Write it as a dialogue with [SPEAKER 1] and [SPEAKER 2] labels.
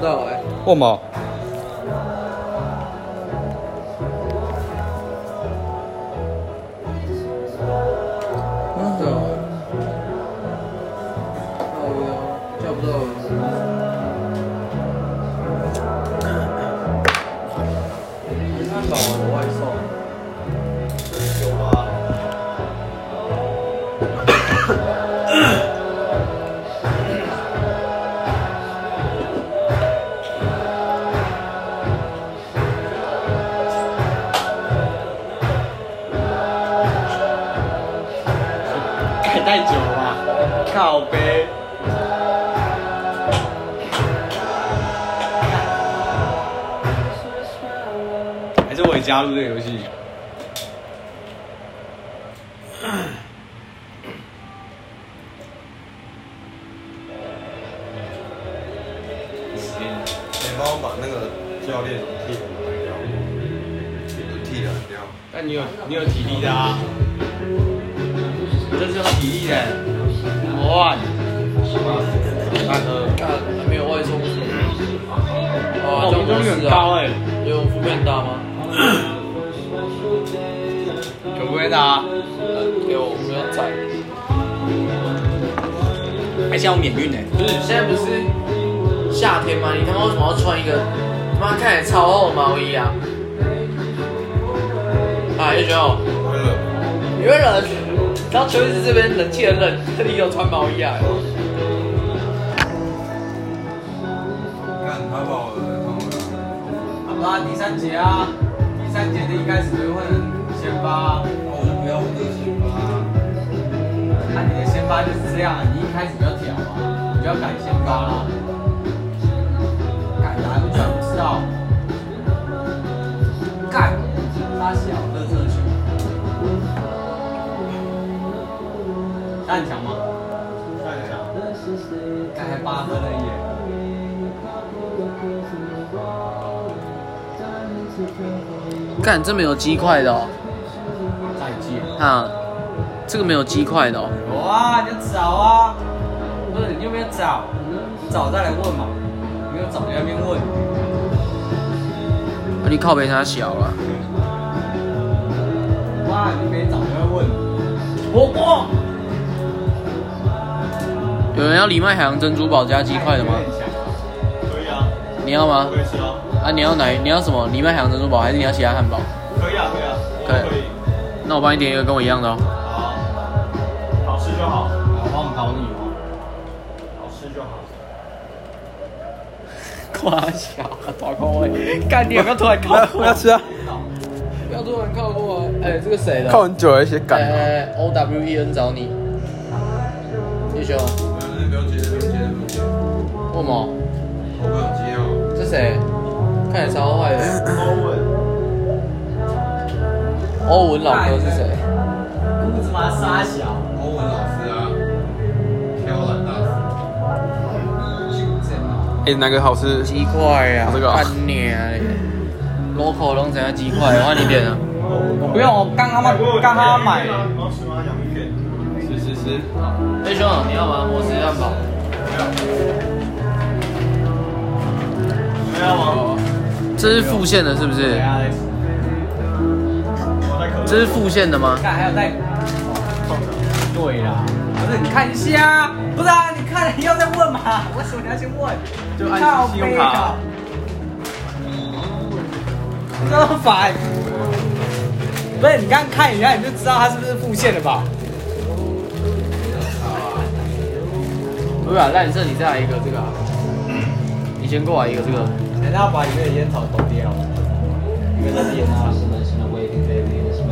[SPEAKER 1] 不知道哎、
[SPEAKER 2] 为毛？
[SPEAKER 1] 不知道哎、好无聊，叫不到我。你看老王的外送，
[SPEAKER 3] 改太久了吧，靠呗。还是我也加入这个游戏？时间
[SPEAKER 4] 你帮我把那个教练替轮掉，轮替轮掉。
[SPEAKER 3] 但你有你有体力的啊，你这是有体力的，哇！大哥，
[SPEAKER 1] 看还没有外送吃。哇，
[SPEAKER 3] 哦，
[SPEAKER 1] 这样
[SPEAKER 3] 我功
[SPEAKER 1] 不
[SPEAKER 3] 率
[SPEAKER 1] 是
[SPEAKER 3] 很
[SPEAKER 1] 啊
[SPEAKER 3] 高？哎，
[SPEAKER 1] 有用副面大吗？
[SPEAKER 3] 九不会打。
[SPEAKER 1] 呃，给我，我们要宰。
[SPEAKER 3] 还想要免运呢、
[SPEAKER 1] 不是，现在不是夏天吗？你他妈为什么要穿一个他妈看起来超厚的毛衣啊？啊，叶璇哦，
[SPEAKER 4] 我冷，
[SPEAKER 1] 你会冷？然后球衣这边冷气很冷，你有穿毛衣啊？
[SPEAKER 4] 看他把我冷到了。
[SPEAKER 3] 好啦，第三节啊，第三节的一开始就换先发，
[SPEAKER 4] 那我就不要我自己吧。
[SPEAKER 3] 那、你的先发就是这样，你一开始不要挑啊，你就要改先发啦，改啊，你怎么知道？干，他小乐色球，他很强吗？
[SPEAKER 4] 看一下，
[SPEAKER 3] 干才八分而已。
[SPEAKER 1] 看，这没有鸡块的哦，
[SPEAKER 3] 再见。
[SPEAKER 1] 啊，这个没有鸡块的哦。
[SPEAKER 3] 有啊，你就找啊，不是你有没有找？你找再来问嘛，你没有找就在那边问。
[SPEAKER 1] 啊你靠背它小啊了，
[SPEAKER 3] 哇，你没找就在问。
[SPEAKER 1] 我我。有人要李麦海洋珍珠堡加鸡块的吗？
[SPEAKER 4] 可以啊，
[SPEAKER 1] 你要吗？
[SPEAKER 4] 以吃啊，
[SPEAKER 1] 啊，你要哪？你要什么？李麦海洋珍珠堡还是你要其他汉堡？
[SPEAKER 4] 可以啊，可以啊，啊
[SPEAKER 1] 可以那我帮你点一个跟我一样的哦。
[SPEAKER 4] 好，好吃就好，
[SPEAKER 3] 我帮我搞你哦。
[SPEAKER 4] 好吃就好。
[SPEAKER 1] 夸小打空位，干你有没有突然靠
[SPEAKER 2] 我要吃啊！
[SPEAKER 1] 不要突然靠过我！哎、这个谁的？
[SPEAKER 2] 看很久了，一些感。
[SPEAKER 1] 哎、o W E N 找你，叶兄，
[SPEAKER 4] 你不用接，不用接，不用接，
[SPEAKER 1] 问毛，
[SPEAKER 4] 我不想接哦。
[SPEAKER 1] 这谁？看起来超 坏的。
[SPEAKER 4] 欧文，
[SPEAKER 1] 欧文老哥是谁？
[SPEAKER 3] 裤子嘛，傻小。
[SPEAKER 4] 欧文老师啊，挑染大师。
[SPEAKER 2] 哎，哪个好吃？
[SPEAKER 1] 鸡块呀、啊，
[SPEAKER 2] 这个啊
[SPEAKER 1] 干你啊！local 拢怎样鸡块？我换你 点啊！
[SPEAKER 3] 我不用，我刚他妈刚他妈买。
[SPEAKER 4] 你要吃吗？洋芋片。
[SPEAKER 3] 是是是。
[SPEAKER 1] 叶兄，你要玩摩斯汉堡？
[SPEAKER 4] 没有
[SPEAKER 1] 啊
[SPEAKER 4] 吗？
[SPEAKER 1] 这是复线的，是不
[SPEAKER 3] 等
[SPEAKER 1] 是
[SPEAKER 3] 一？下嘞，
[SPEAKER 4] 我在可乐。
[SPEAKER 1] 这是复线的吗？
[SPEAKER 3] 看还有带。对啦，不是你看一下，不是啊，你看你要再问嘛，为什么你要先问？
[SPEAKER 4] 就按信
[SPEAKER 3] 靠背
[SPEAKER 4] 用卡
[SPEAKER 3] 啊，真的烦。不是你刚看一下你就知道他是不是复线了吧？
[SPEAKER 1] 不是啊，烂色，你再来一个这个、啊。你先过来一个这个。
[SPEAKER 3] 哎等他把里面的烟草抖掉，因为那是烟草。啊